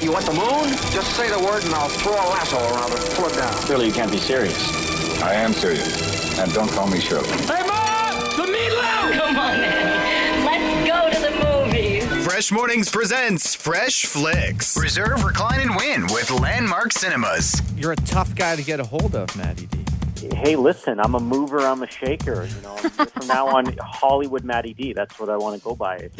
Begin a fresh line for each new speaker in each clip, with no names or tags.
You want the moon? Just say the word and I'll throw a lasso around it and pull it down.
Clearly, you can't be serious.
I am serious. And don't call me Shirley.
Hey, Mom! The meatloaf!
Come on in. Let's go to the movies.
Fresh Mornings presents Fresh Flicks.
Reserve, recline, and win with Landmark Cinemas.
You're a tough guy to get a hold of, Matty D.
hey, listen, I'm a mover, I'm a shaker. You know, from now on, Hollywood Matty D. That's what I want to go by.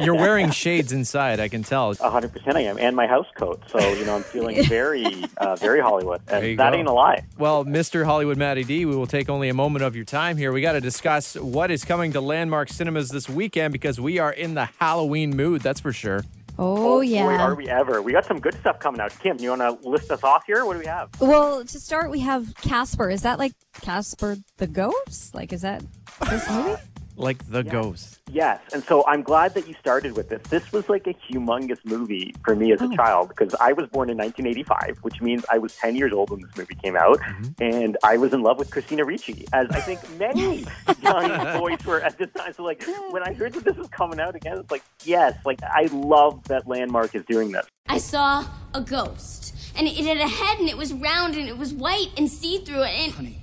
You're wearing shades inside, I can tell.
100% I am, and my house coat. So you know, I'm feeling very, uh, very Hollywood.
There you
And that
go.
ain't a lie.
Well, Mr. Hollywood Matty D, we will take only a moment of your time here. We got to discuss what is coming to Landmark Cinemas this weekend because we are in the Halloween mood, that's for sure.
Oh,
boy,
yeah.
are we ever? We got some good stuff coming out. Kim, you want to list us off here? What do we have?
Well, to start, we have Casper. Is that like Casper the Ghost? Like, is that this movie?
Like the ghost.
Yes, and so I'm glad that you started with this. This was like a humongous movie for me as a child because I was born in 1985, which means I was 10 years old when this movie came out, and I was in love with Christina Ricci, as I think many young boys were at this time. So, like, when I heard that this was coming out again, it's like, yes, like I love that Landmark is doing this.
I saw a ghost. And it had a head and it was round and it was white and see through and. Honey,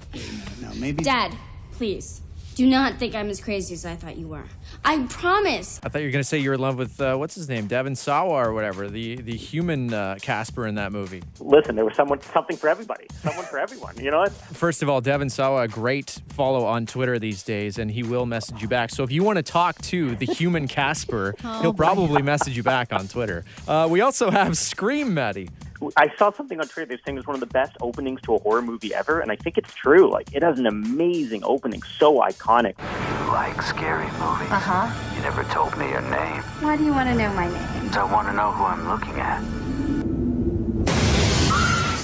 Now, maybe.
Dad, please. Do not think I'm as crazy as I thought you were. I promise.
I thought you were going to say you were in love with, uh, what's his name, Devin Sawa or whatever, the, the human uh, Casper in that movie.
Listen, there was someone, something for everybody, someone for everyone. You know, it's,
First of all, Devin Sawa, a great follow on Twitter these days, and he will message you back. So if you want to talk to the human Casper, he'll probably message you back on Twitter. Uh, we also have Scream Matty.
I saw something on Twitter. They were saying it was one of the best openings to a horror movie ever, and I think it's true. Like, it has an amazing opening, so iconic.
You like scary movies? Uh huh. You never told me your name.
Uh-huh. Why do you want to know my name?
I want to know who I'm looking at.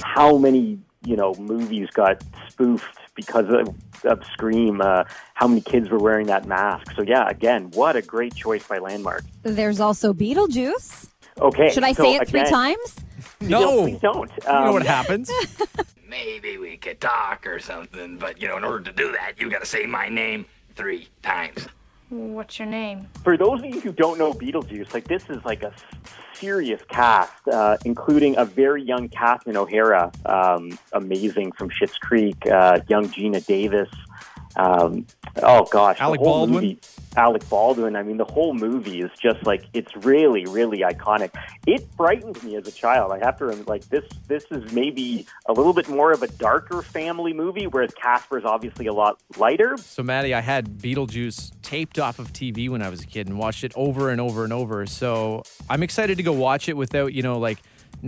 How many, you know, movies got spoofed because of, of Scream? Uh, how many kids were wearing that mask? So, yeah, again, what a great choice by Landmark.
There's also Beetlejuice.
Okay.
Should I
so
say it three
again-
times?
No.
please don't.
you know
Um,
what happens?
Maybe we could talk or something, but you know, in order to do that, you gotta say my name three times.
What's your name?
For those of you who don't know Beetlejuice, like this is like a s- serious cast, uh, including a very young Catherine O'Hara, um, amazing from Schitt's Creek, uh, young Gina Davis. Um, oh gosh, the
Alec
whole
Baldwin?
Movie, Alec Baldwin. I mean, the whole movie is just like it's really, really iconic. It frightened me as a child. I have to remember, like this. This is maybe a little bit more of a darker family movie, whereas Casper's obviously a lot lighter,
So, Maddie, I had Beetlejuice taped off of TV when I was a kid and watched it over and over and over. So, I'm excited to go watch it without, you know, like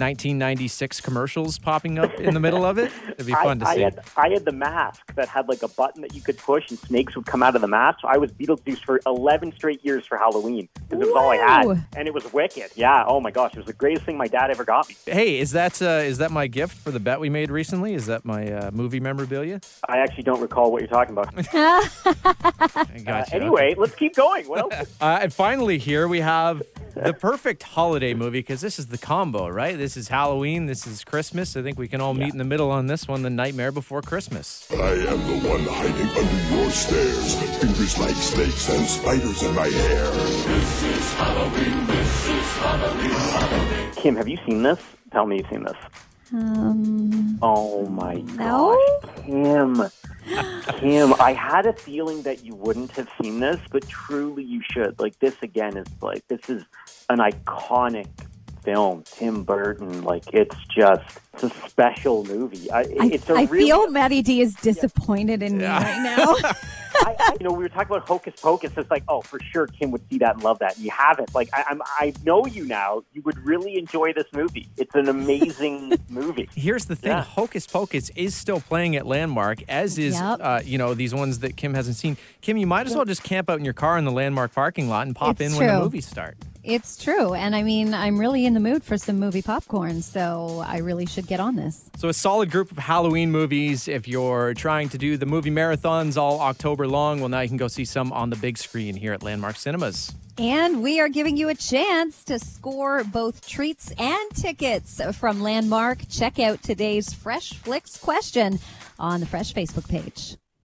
1996 commercials popping up in the middle of it. It'd be fun
I,
to
I
see.
had, I had the mask that had like a button that you could push and snakes would come out of the mask. So I was Beetlejuice for 11 straight years for Halloween because it was all I
Wow.
had. And it was wicked. Yeah. Oh my gosh. It was the greatest thing my dad ever got me.
Hey, is that uh, is that my gift for the bet we made recently? Is that my uh, movie memorabilia?
I actually don't recall what you're talking about.
I got you.
Uh, anyway, let's keep going. Well,
Uh, and finally, here we have the perfect holiday movie because this is the combo, right? This is Halloween, this is Christmas. I think we can all meet in the middle on this one The Nightmare Before Christmas.
I am the one hiding under your stairs. Fingers like snakes and spiders in my hair. This is Halloween. This is Halloween. Halloween.
Kim, have you seen this? Tell me you've seen this.
Um,
Oh my
no?
gosh. Kim. Kim, I had a feeling that you wouldn't have seen this, but truly you should. Like this again is like this is an iconic film. Tim Burton, like it's just it's a special movie. I, it's a
I
really
feel Maddie D is disappointed in me right now.
I, I, you know, we were talking about Hocus Pocus. It's like, oh, for sure, Kim would see that and love that. And you haven't. Like, I, I'm, I know you now. You would really enjoy this movie. It's an amazing movie.
Here's the thing
Yeah.
Hocus Pocus is still playing at Landmark, as is,
Yep.
uh, you know, these ones that Kim hasn't seen. Kim, you might as well just camp out in your car in the Landmark parking lot and pop
It's
in when the
true.
movies start.
it's true. And I mean, I'm really in the mood for some movie popcorn, so I really should get on this.
So, a solid group of Halloween movies. If you're trying to do the movie marathons all October long, well, now you can go see some on the big screen here at Landmark Cinemas.
And we are giving you a chance to score both treats and tickets from Landmark. Check out today's Fresh Flicks question on the Fresh Facebook page.